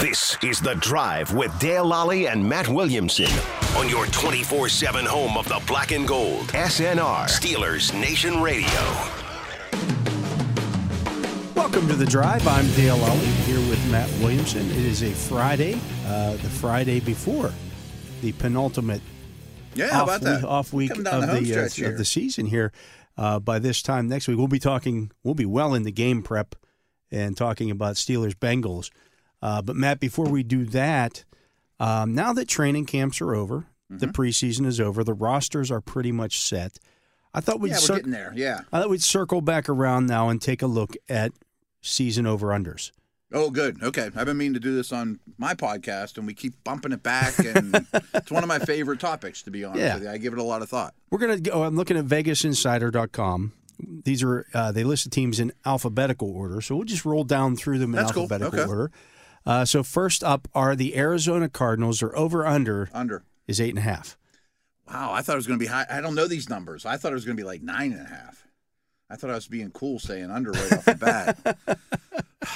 This is The Drive with Dale Lally and Matt Williamson on your 24 7 home of the black and gold. SNR, Steelers Nation Radio. Welcome to the drive. I'm Dale Lally here with Matt Williamson. It is a Friday, uh, the Friday before the penultimate Yeah, off, how about that? week, off week Coming of down the, the, home uh, stretch here. of the season here. Uh, by this time next week, we'll be talking. We'll be well into game prep and talking about Steelers Bengals. Uh, but Matt, before we do that, um, now that training camps are over, the Mm-hmm. preseason is over, the rosters are pretty much set. I thought we'd yeah, we're cir- getting there. Yeah. I thought we'd circle back around now and take a look at season over unders. Oh, good. Okay. I've been meaning to do this on my podcast, and we keep bumping it back, and it's one of my favorite topics, to be honest Yeah. with you. I give it a lot of thought. We're gonna go. I'm looking at VegasInsider.com. These are uh, they list the teams in alphabetical order, so we'll just roll down through them in That's cool. alphabetical Okay. order. Uh, so first up are the Arizona Cardinals. Their over under Under. is eight and a half. Wow, I thought it was going to be high. I don't know these numbers. I thought it was going to be like nine and a half. I thought I was being cool saying under right off the bat.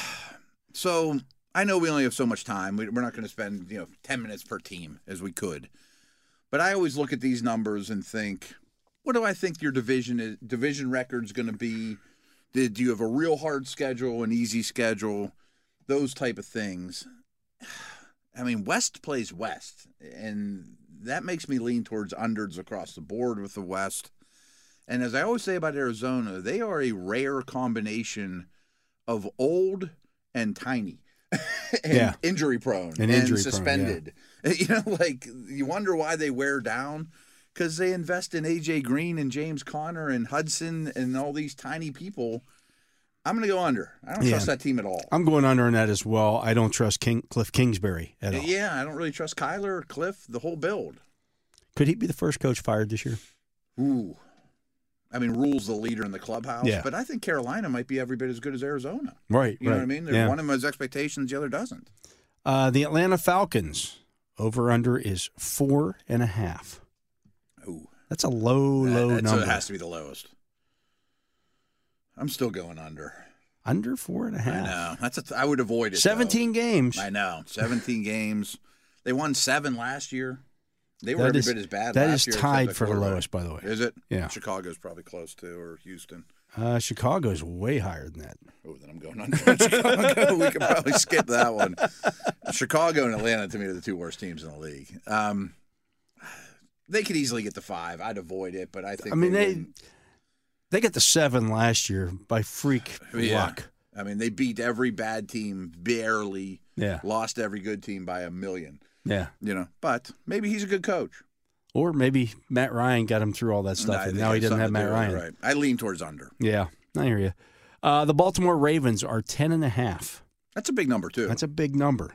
so I know we only have so much time. We, we're not going to spend you know ten minutes per team as we could. But I always look at these numbers and think, what do I think your division is, division record's going to be? Did, do you have a real hard schedule, an easy schedule, those type of things? I mean, West plays West, and that makes me lean towards unders across the board with the West. And as I always say about Arizona, they are a rare combination of old and tiny and Yeah. injury prone And injury-prone, yeah. suspended. You know, like you wonder why they wear down because they invest in AJ Green and James Conner and Hudson and all these tiny people. I'm going to go under. I don't Yeah. trust that team at all. I'm going under on that as well. I don't trust King Cliff Kingsbury at all. Yeah, I don't really trust Kyler, Cliff, the whole build. Could he be the first coach fired this year? Ooh. I mean, rules the leader in the clubhouse, Yeah. but I think Carolina might be every bit as good as Arizona. Right. You know right. what I mean? There's Yeah. One of them has expectations, the other doesn't. uh, the Atlanta Falcons over under is four and a half. Ooh, That's a low, that, low that's- number. It has to be the lowest. I'm still going under. Under four and a I half. know that's a th- I would avoid it. though. Seventeen games. I know. 17 games. They won seven last year. They were That every is- bit as bad that last is year. except tied that for the quarterback. lowest, by the way. Is it? Yeah. Chicago's probably close to, or Houston. Uh, Chicago's way higher than that. Oh, then I'm going under on Chicago. we could probably skip that one. Chicago and Atlanta, to me, are the two worst teams in the league. Um, they could easily get the five. I'd avoid it, but I think. I mean, they. they they, win. got the seven last year by freak Yeah. luck. I mean, they beat every bad team barely. Yeah, Lost every good team by a million. yeah. You know, but maybe he's a good coach. Or maybe Matt Ryan got him through all that No, stuff, I and think now he that's doesn't have something Matt to Ryan. do with it, Right. I lean towards under. Yeah, I hear you. Uh, the Baltimore Ravens are ten and a half. That's a big number too. That's a big number.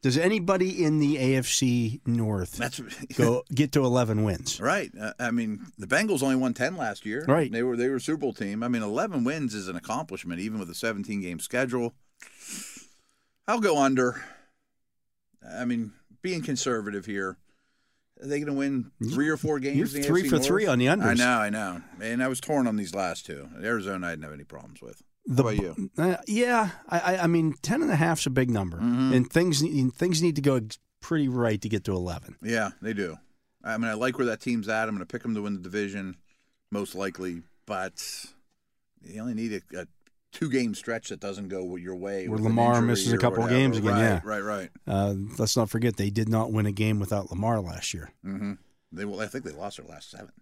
Does anybody in the AFC North that's go get to eleven wins? Right. Uh, I mean, the Bengals only won 10 last year. Right. They were they were a Super Bowl team. I mean, 11 wins is an accomplishment even with a 17 game schedule. I'll go under. I mean, being conservative here. Are they going to win three or four games? you're in the three AFC for three North? on the unders. I know, I know. And I was torn on these last two. Arizona, I didn't have any problems with. The, How about you? Uh, yeah, I, I- I mean, ten and a half's a big number, Mm-hmm. and things and things need to go pretty right to get to eleven. Yeah, they do. I mean, I like where that team's at. I'm going to pick them to win the division, most likely. But they only need a, a two game stretch that doesn't go your way. Where with an Lamar injury misses a or couple whatever. games again, Right, yeah. right, right. Uh, let's not forget they did not win a game without Lamar last year. hmm They will. I think they lost their last seven,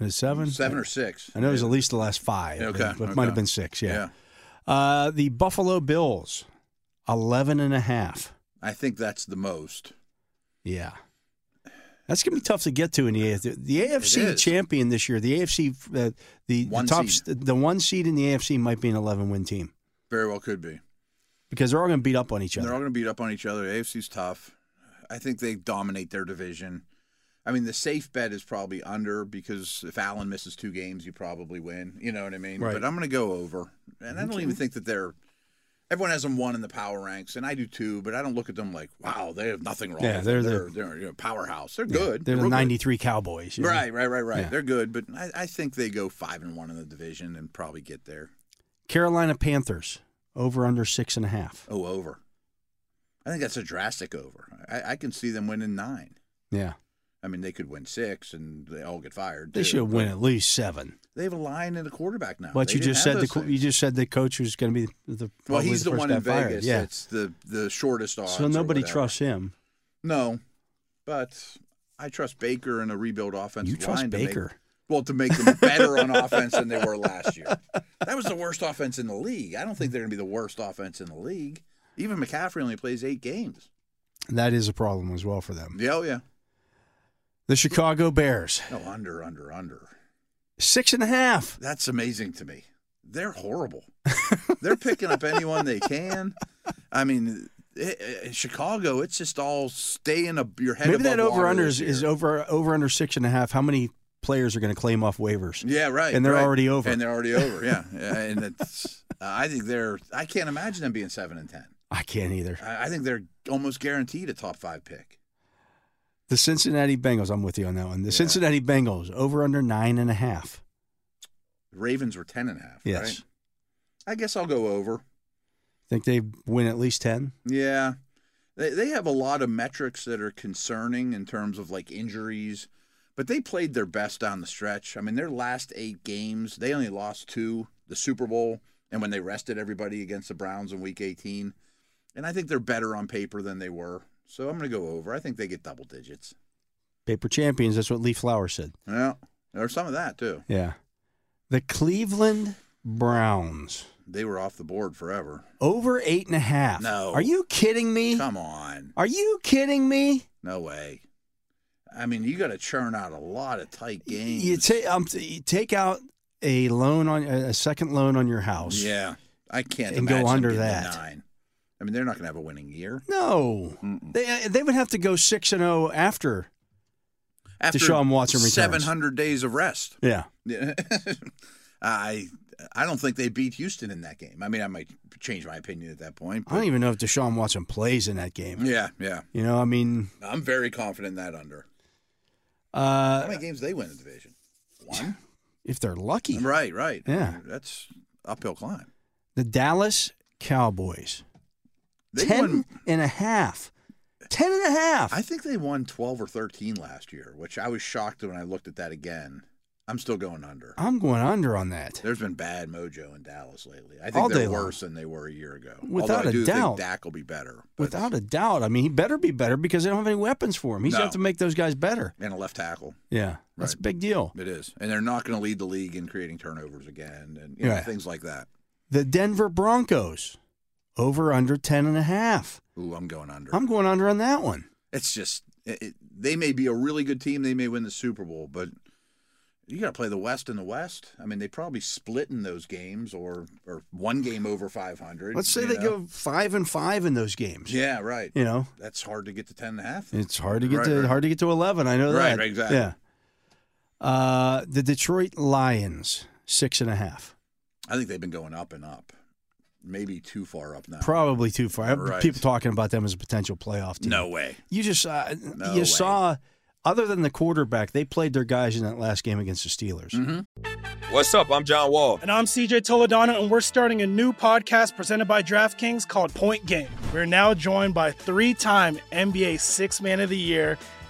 Is it seven, seven or six. I know it was at least the last five. Okay, but it okay. might have been six. yeah. Yeah. Uh, the Buffalo Bills, 11 and a half. I think that's the most. Yeah. That's going to be tough to get to in the AFC. The AFC is. champion this year, the AFC, uh, the, the One top, seed. the one seed in the AFC might be an 11 win team Very well could be. because they're all going to beat up on each And other. They're all going to beat up on each other. AFC's tough. I think they dominate their division. I mean, the safe bet is probably under because if Allen misses two games, you probably win. You know what I mean? Right. But I'm going to go over. And I don't even think that they're. Everyone has them one in the power ranks, and I do too. But I don't look at them like, wow, they have nothing wrong. Yeah, with they're them. the- they're, you know, powerhouse. They're good. They're the real good. 93 Cowboys. you know? Right, right, right, right. Yeah. They're good, but I, I think they go five and one in the division and probably get there. Carolina Panthers, over under six and a half. Oh, over. I think that's a drastic over. I, I can see them winning nine. Yeah. I mean, they could win six and they all get fired. They too. should win at least seven. They have a line and a quarterback now. But They you didn't just have said the those co- things. you just said the coach is going to be the well, probably he's the, first one guy in fired. Vegas Yeah. that's the the shortest odds. So or nobody whatever. trusts him. No, but I trust Baker and a rebuild offensive You trust line. to make- Baker? well, to make them better on offense than they were last year. That was the worst offense in the league. I don't think they're going to be the worst offense in the league. Even McCaffrey only plays eight games. That is a problem as well for them. Yeah, oh yeah. The Chicago Bears, No, under, under, under. six and a half. That's amazing to me. They're horrible. They're picking up anyone they can. I mean, it, it- Chicago, it's just all stay in a, your head. Maybe above that over water under this is, is year. over over under six and a half. How many players are going to claim off waivers? Yeah, right. and they're right. already over. And they're already over. Yeah, Yeah, and it's. uh, I think they're. I can't imagine them being seven and ten. I can't either. I, I think they're almost guaranteed a top five pick. The Cincinnati Bengals. I'm with you on that one. The Cincinnati Bengals over under nine and a half. The Ravens were ten and a half. Yes, Right? I guess I'll go over. think they win at least ten. Yeah. They, they have a lot of metrics that are concerning in terms of like injuries, but they played their best down the stretch. I mean, their last eight games, they only lost two the Super Bowl and when they rested everybody against the Browns in week 18. And I think they're better on paper than they were. So I'm going to go over. I think they get double digits. Paper champions. That's what Lee Flower said. Yeah. There's some of that too. Yeah. The Cleveland Browns They were off the board forever. over eight and a half. No. Are you kidding me? Come on. Are you kidding me? No way. I mean, you got to churn out a lot of tight games. You take um, t- you take out a loan on a second loan on your house. Yeah, I can't And go imagine under them getting that. to Nine. I mean, they're not going to have a winning year. No, they uh, they would have to go six and zero after. After Deshaun Watson returns. seven hundred days of rest. Yeah, I I don't think they beat Houston in that game. I mean, I might change my opinion at that point. I don't even know if Deshaun Watson plays in that game. Yeah, yeah, You know, I mean, I'm very confident in that under. How uh, many games they win in the division? One. if they're lucky, Right, right. Yeah. that's uphill climb. the Dallas Cowboys They ten won. and a half. Ten and a half. I think they won twelve or thirteen last year, which I was shocked when I looked at that again. I'm still going under. I'm going under on that. There's been bad mojo in Dallas lately. I think All day they're long. worse than they were a year ago. Without Although I a do doubt. think Dak will be better. but- Without a doubt. I mean, he better be better because they don't have any weapons for him. He's No. got to make those guys better. and a left tackle, Yeah, that's Right. a big deal. it is, and they're not going to lead the league in creating turnovers again, and you know, Yeah. things like that. The Denver Broncos over under 10 and a half. Ooh, I'm going under. I'm going under on that one. it's just it, it- they may be a really good team. They may win the Super Bowl, but you got to play the West and the West. I mean, they probably split in those games, or or one game over 500. Let's say you they know? go 5 and 5 in those games. Yeah, right. You know, That's hard to get to ten and a half. it's hard to get Right, to right. hard to get to 11. I know Right, that. right, exactly. Yeah. Uh, the Detroit Lions six and a half. I think they've been going up and up. Maybe too far up now. Probably too far. Right. People talking about them as a potential playoff team. No way. you just uh, No you way. Mm-hmm. saw. Other than the quarterback, they played their guys in that last game against the Steelers. What's up? I'm John Wall. And I'm CJ Toledano, and we're starting a new podcast presented by DraftKings called Point Game. We're now joined by three time NBA Six Man of the Year,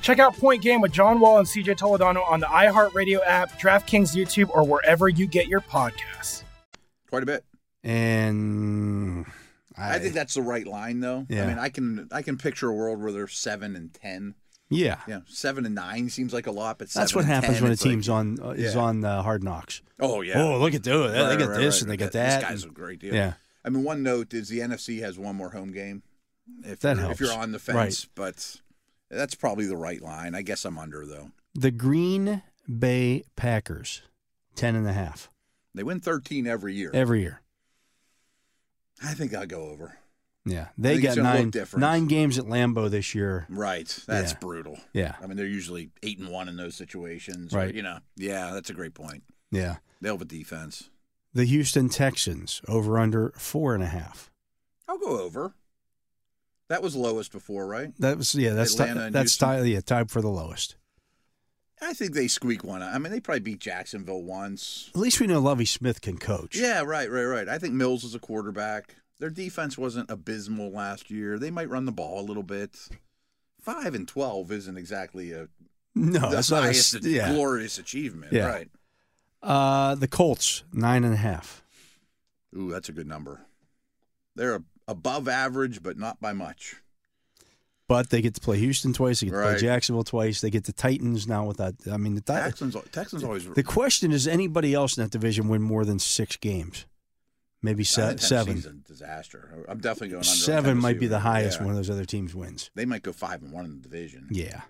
Check out Point Game with John Wall and CJ Toledano on the iHeartRadio app, DraftKings YouTube, or wherever you get your podcasts. Quite a bit. And I, I, think that's the right line, though. Yeah. I mean, I can I can picture a world where they're seven and ten. yeah, Yeah, seven and nine seems like a lot, but that's seven what and happens 10, when a it's like, team's on uh, is Yeah. on uh, hard knocks. oh yeah, Oh, look at dude, they Right, got right, this right, and they got right. This that. guy's a and- great deal. yeah, I mean, one note is the NFC has one more home game. If That you're, helps. if you're on the Right. fence, but that's probably the right line. I guess I'm under though. the Green Bay Packers, ten and a half They win 13 every year. every year. I think I'll go over. Yeah, they think got it's gonna look nine different. Mm. nine games at Lambeau this year. Right, that's Yeah. brutal. Yeah, I mean, they're usually eight and one in those situations. Or, Right. you know. Yeah, that's a great point. yeah. They have a defense. The Houston Texans over under four and a half. I'll go over. That was lowest before, right? That was yeah. That's ti- Atlanta and that's Houston. tied yeah tied for the lowest. I think they squeak one. out. I mean, they probably beat Jacksonville once. At least we know Lovey Smith can coach. Yeah, right, right, right. I think Mills is a quarterback. Their defense wasn't abysmal last year. They might run the ball a little bit. Five and twelve isn't exactly a no, the Oh, that's not a s- highest yeah. glorious achievement, Yeah. right? Uh, the Colts nine and a half. Ooh, that's a good number. They're a- above average, but not by much. But they get to play Houston twice. They get to play Right. Jacksonville twice. They get the Titans now without. I mean, the Titans. Texans, Texans always The question is, anybody else in that division win more than six games? Maybe se- Tennessee seven. season disaster. I'm definitely going under. on Seven might Tennessee. be the highest Yeah. one of those other teams wins. They might go five and one in the division. Yeah,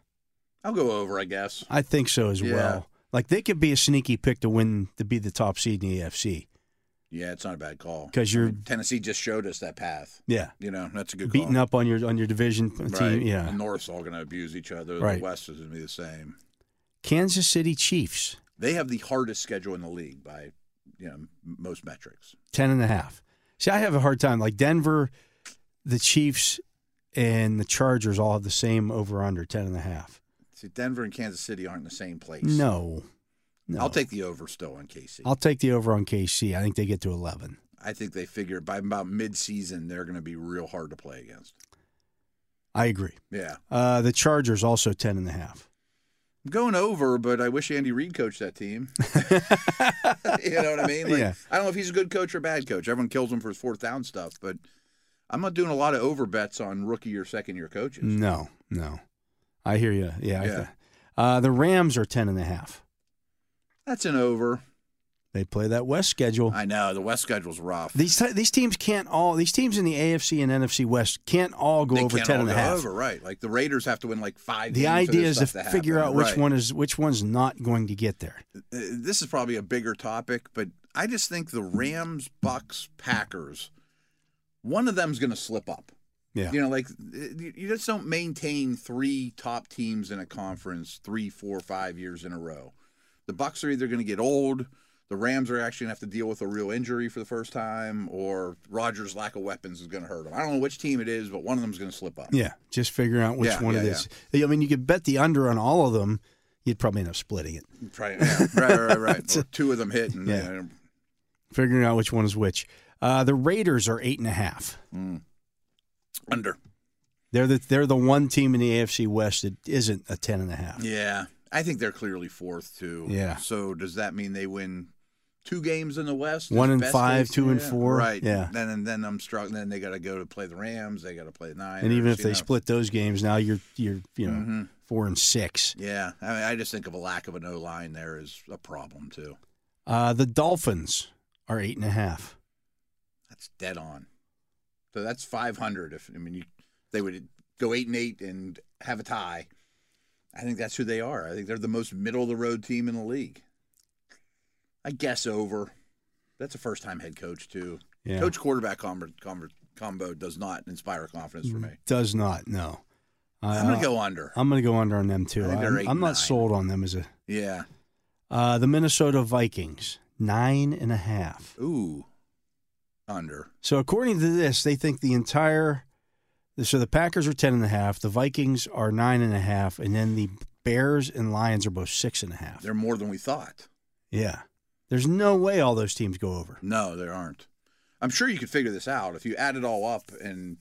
I'll go over, I guess. I think so as Yeah. well. Like they could be a sneaky pick to win to be the top seed in the AFC. Yeah, it's not a bad call 'Cause you're- Tennessee just showed us that path. Yeah, You know, that's a good beating call. up on your on your division team. Right. Yeah, The North's all going to abuse each other. Right. The West is going to be the same. Kansas City Chiefs They have the hardest schedule in the league by you know m- most metrics. ten and a half. See, I have a hard time. Like Denver, the Chiefs, and the Chargers all have the same over under ten and a half. See, Denver and Kansas City aren't in the same place. No, no. I'll take the over still on KC. I'll take the over on KC. I think they get to eleven. I think they figure by about mid-season they're going to be real hard to play against. I agree. Yeah, Uh, the Chargers also ten and a half. I'm going over, but I wish Andy Reid coached that team. you know what I mean? Like, Yeah. I don't know if he's a good coach or a bad coach. Everyone kills him for his fourth down stuff, but I'm not doing a lot of over bets on rookie or second year coaches. No, no. I hear you. Yeah. I Yeah. th- uh, the Rams are ten and a half. That's an over. They play that West schedule. I know the West schedule's rough. These t- these teams can't all these teams in the AFC and NFC West can't all go They over can't ten all and a go half. over, right? Like the Raiders have to win like five. The games for idea this is to, stuff figure happen. out which Right. one is which one's not going to get there. uh, this is probably a bigger topic, but I just think the Rams, Bucks, Packers, one of them's going to slip up. Yeah. You know, like you you just don't maintain three top teams in a conference three, four, five years in a row. The Bucks are either going to get old, the Rams are actually going to have to deal with a real injury for the first time, or Rogers' lack of weapons is going to hurt them. I don't know which team it is, but one of them's going to slip up. Yeah, just figuring out which Yeah, one yeah, it is. I mean, you could bet the under on all of them. You'd probably end up splitting it, Try- yeah, right, right, right. right. Or two of them uh, hit, and Yeah. you know, figuring out which one is which. Uh, the Raiders are eight and a half. under. They're the they're the one team in the AFC West that isn't a ten and a half. Yeah, I think they're clearly fourth too. Yeah. So does that mean they win two games in the West? One Is and best five, case- two and yeah, four? Right. Yeah. Then and then I'm struggling. Then they got to go to play the Rams. They got to play the Niners. and even if you they know. split those games, now you're you're you know Mhm. four and six. Yeah, I mean, I just think of a lack of an O line there is a problem too. Uh, the Dolphins are eight and a half. That's dead on. So that's 500. If I mean, you, they would go eight and eight and have a tie. I think that's who they are. I think they're the most middle of the road team in the league. I guess over. That's a first time head coach too. Yeah. Coach quarterback combo, combo, combo does not inspire confidence for me. Does not. No. I'm gonna go under. Mm. uh, I'm going to go under on them too. I think they're I'm, eight I'm and not nine. sold on them as a. Yeah. Uh, the Minnesota Vikings nine and a half. Ooh. Under. So according to this, they think the entire. So the Packers are ten and a half. The Vikings are nine and a half, and then the Bears and Lions are both six and a half. They're more than we thought. Yeah. There's no way all those teams go over. No, there aren't. I'm sure you could figure this out if you add it all up and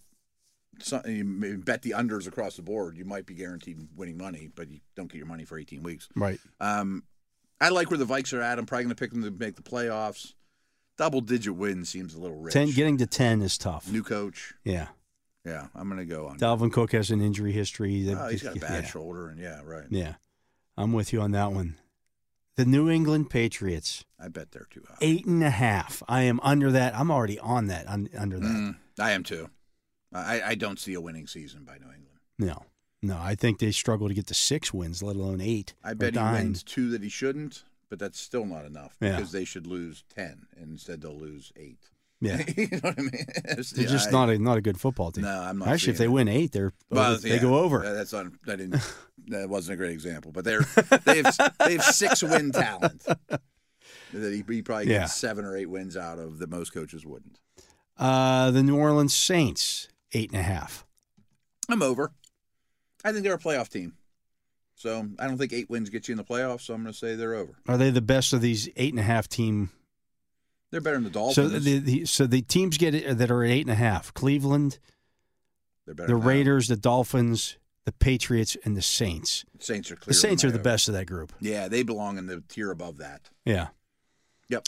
some, you may bet the unders across the board. You might be guaranteed winning money, but you don't get your money for 18 weeks. Right. Um, I like where the Vikes are at. I'm probably going to pick them to make the playoffs. Double digit win seems a little rich. Ten getting to ten is tough. New coach. Yeah. Yeah, I'm going to go on. Dalvin Cook has an injury history. They- Oh, he's got a bad yeah. shoulder, and yeah, right. Yeah. I'm with you on that one. The New England Patriots, I bet they're too high. eight and a half. I am under that. I'm already on that. Un, under that. Mm, I am too. I, I don't see a winning season by New England. No. No. I think they struggle to get to six wins, let alone eight. I or bet he nine. wins two that he shouldn't, but that's still not enough Yeah. because they should lose ten and instead they'll lose eight. Yeah. you know what I mean? It's- They're yeah, just I- not a not a good football team. No, I'm not. Actually, if seeing they it. win eight, they're Well, they yeah, go over. that- That's on. That didn't. That wasn't a great example, but they're they have they have six win talent that he, he probably Yeah. gets seven or eight wins out of that most coaches wouldn't. Uh, the New Orleans Saints, eight and a half. I'm over. I think they're a playoff team, so I don't think eight wins get you in the playoffs. So I'm going to say they're over. Are they the best of these eight and a half team? They're better than the Dolphins. So the, the so the teams get it, that are at eight and a half: Cleveland, they're better the than Raiders, the Dolphins, the Patriots, and the Saints. that. Saints are clear. The Saints are the best of that group. Yeah, they belong in the tier above that. Yeah, Yep.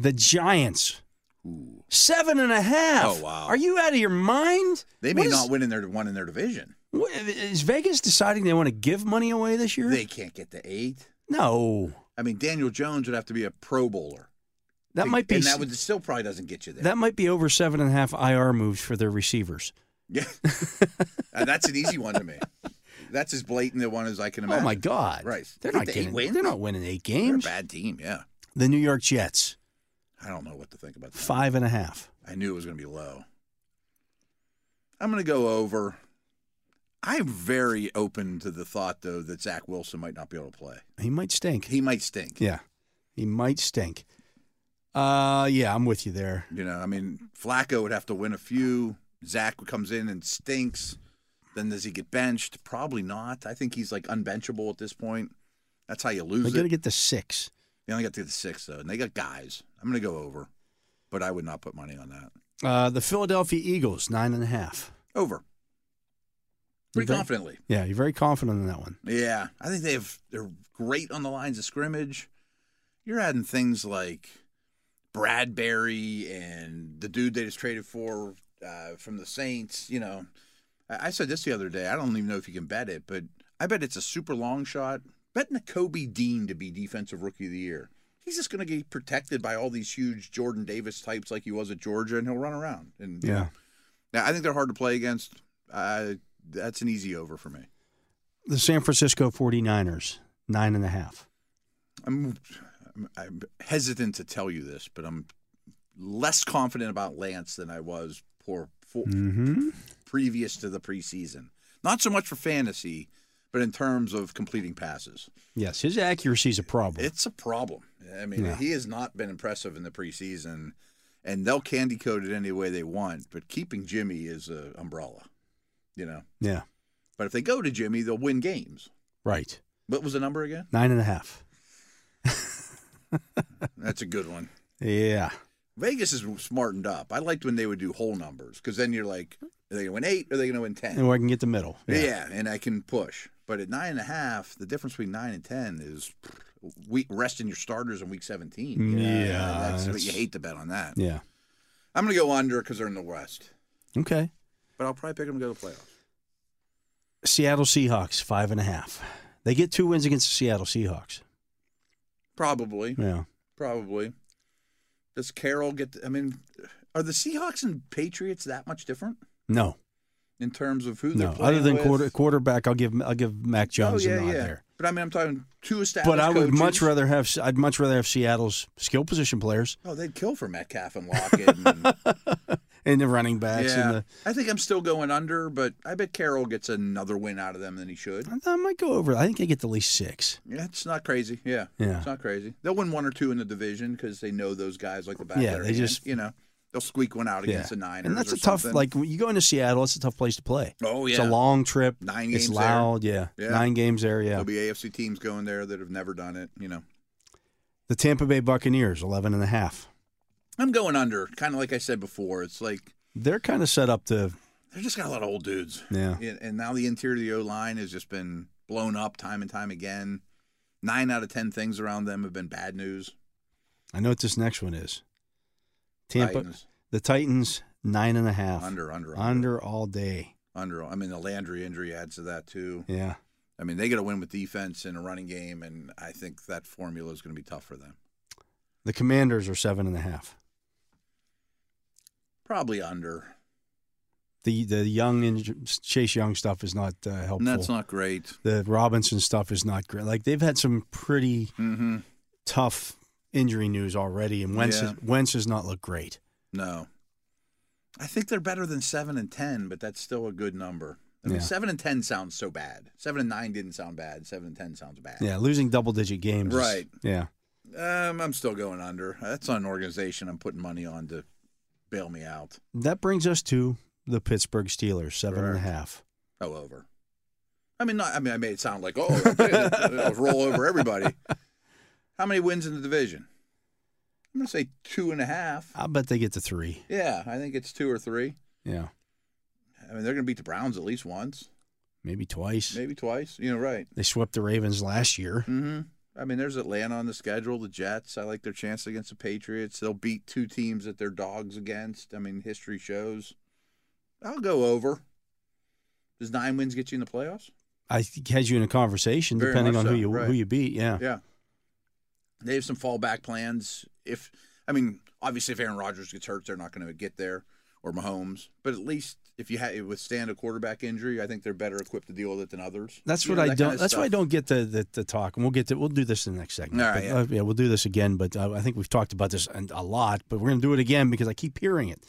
the Giants, Ooh. seven and a half. Oh, wow. Are you out of your mind? They may What is- not win in their one in their division. what- is Vegas deciding they want to give money away this year? They can't get to eight. no, I mean, Daniel Jones would have to be a Pro Bowler. that To- might be and that would still probably doesn't get you there. that might be over seven and a half IR moves for their receivers. Oh, yeah, Uh, that's an easy one to me. That's as blatant a one as I can imagine. Oh my God! Right. They're Get not the eight getting. wins? They're not winning eight They're a games. bad team. Yeah, The New York Jets, I don't know what to think about that. five and a half. I knew it was going to be low. I'm going to go over. I'm very open to the thought though that Zach Wilson might not be able to play. He might stink. He might stink. yeah, he might stink. Uh, yeah, I'm with you there. You know, I mean, Flacco would have to win a few. Zach comes in and stinks. Then does he get benched? Probably not. I think he's like unbenchable at this point. That's how you They're lose gonna it. get the six. They only got to get the six though, and they got guys. I'm going to go over, but I would not put money on that. Uh, the Philadelphia Eagles, nine and a half. Over. Pretty Very- confidently. Yeah, you're very confident in that one. Yeah, I think they have. They're great on the lines of scrimmage. You're adding things like Bradbury and the dude they just traded for uh, from the Saints. You know, I, I said this the other day. I don't even know if you can bet it, but I bet it's a super long shot. Bet N'Kobe Dean to be Defensive Rookie of the Year. He's just going to get protected by all these huge Jordan Davis types like he was at Georgia, and he'll run around. And Yeah. now, I think they're hard to play against. Uh, that's an easy over for me. The San Francisco 49ers, nine and a half. I'm, I'm, I'm hesitant to tell you this, but I'm less confident about Lance than I was for, for Mm-hmm. previous to the preseason. Not so much for fantasy, but in terms of completing passes, Yes, his accuracy's a problem. it's a problem. I mean, Yeah. he has not been impressive in the preseason, and they'll candy coat it any way they want. But keeping Jimmy is a umbrella, you know. yeah, But if they go to Jimmy, they'll win games. right. What was the number again? Nine and a half. That's a good one. Yeah. Vegas is smartened up. I liked when they would do whole numbers because then you're like, are they going to win eight or are they going to win 10? And I can get the middle. Yeah. and I can push. But at nine and a half, the difference between nine and 10 is week, resting your starters in week 17. you know? Yeah, that's, that's- you hate to bet on that. Yeah. I'm going to go under because they're in the West, Okay. but I'll probably pick them to go to the playoffs. Seattle Seahawks, five and a half. They get two wins against the Seattle Seahawks. Probably. Yeah. Probably. Does Carroll get? I mean, are the Seahawks and Patriots that much different No, in terms of who no. they're playing Other than with? quarter, quarterback, I'll give I'll give Mac Oh Jones a yeah, nod yeah. there. But I mean, I'm talking two established. But I would much coaches. rather have I'd much rather have Seattle's skill position players Oh, they'd kill for Metcalf and Lockett. And, and the running backs yeah, and the I think I'm still going under, but I bet Carroll gets another win out of them than he should. I might go over. I think they get at least six. Yeah, it's not crazy. Yeah, Yeah. it's not crazy. They'll win one or two in the division because they know those guys like the back. Yeah, of their they hand, just- you know they'll squeak one out against the Niners. and that's or a tough. something. Like when you go into Seattle, it's a tough place to play. Oh, it's a yeah. long trip. Nine it's games loud. Yeah, Yeah. nine games there. Yeah, there'll be AFC teams going there that have never done it. You know, the Tampa Bay Buccaneers, 11 and a half. I'm going under. Kind of like I said before, it's like They're kind of set up to they're just got a lot of old dudes. yeah. Yeah, and now the interior of the O line has just been blown up time and time again. Nine out of ten things around them have been bad news. I know what this next one is. Tampa, Titans the Titans, nine and a half. under, under, under, Under all day. under. I mean, the Landry injury adds to that too. Yeah. I mean, they got to win with defense and a running game, and I think that formula is going to be tough for them. The Commanders are seven and a half. Probably under. The the young and Chase Young stuff is not uh, helpful. And that's not great. the Robinson stuff is not great. Like they've had some pretty Mm-hmm. tough injury news already, and Wentz, Yeah. is, Wentz has not looked great. No. I think they're better than seven and ten, but that's still a good number. I mean, Yeah. seven and ten sounds so bad. Seven and nine didn't sound bad. Seven and ten sounds bad. Yeah, losing double digit games. is- Right. yeah. Um, I'm still going under. That's an organization I'm putting money on to bail me out. That brings us to the Pittsburgh Steelers, seven and a Correct. half. Oh, over. I mean, not. I mean, I made it sound like oh, okay, I'll roll over everybody. How many wins in the division? I'm gonna say two and a half. I bet they get to three. Yeah, I think it's two or three. Yeah. I mean, they're gonna beat the Browns at least once, Maybe twice. maybe twice. You know, right? They swept the Ravens last year. hmm I mean, there's Atlanta on the schedule, the Jets. I like their chance against the Patriots. They'll beat two teams that they're dogs against. I mean, history shows. I'll go over. Does nine wins get you in the playoffs? I th- had you in a conversation, Very depending on much who so, you who right. you beat. Yeah. Yeah. They have some fallback plans. If I mean, obviously, if Aaron Rodgers gets hurt, they're not going to get there, or Mahomes. But at least if you ha- withstand a quarterback injury, I think they're better equipped to deal with it than others. That's You what know, I that don't. kinda that's why I stuff. don't get the, the the talk. And we'll get to we'll do this in the next segment. All right, But, yeah. uh, yeah, we'll do this again. But uh, I think we've talked about this an- a lot. But we're going to do it again because I keep hearing it.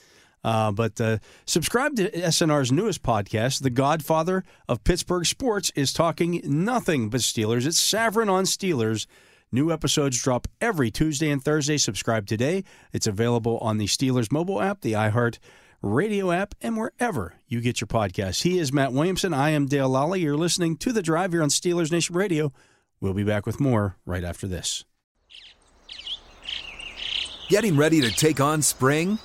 Uh, but uh, subscribe to SNR's newest podcast, The Godfather of Pittsburgh Sports, is talking nothing but Steelers. It's Saverin on Steelers. New episodes drop every Tuesday and Thursday. Subscribe today. It's available on the Steelers mobile app, the iHeart radio app, and wherever you get your podcasts. He is Matt Williamson. I am Dale Lally. You're listening to The Drive here on Steelers Nation Radio. We'll be back with more right after this. Getting ready to take on spring?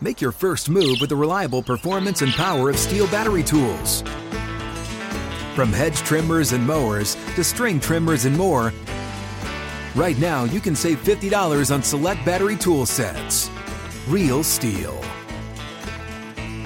Make your first move with the reliable performance and power of steel battery tools. From hedge trimmers and mowers to string trimmers and more, right now you can save $50 on select battery tool sets. Real steel.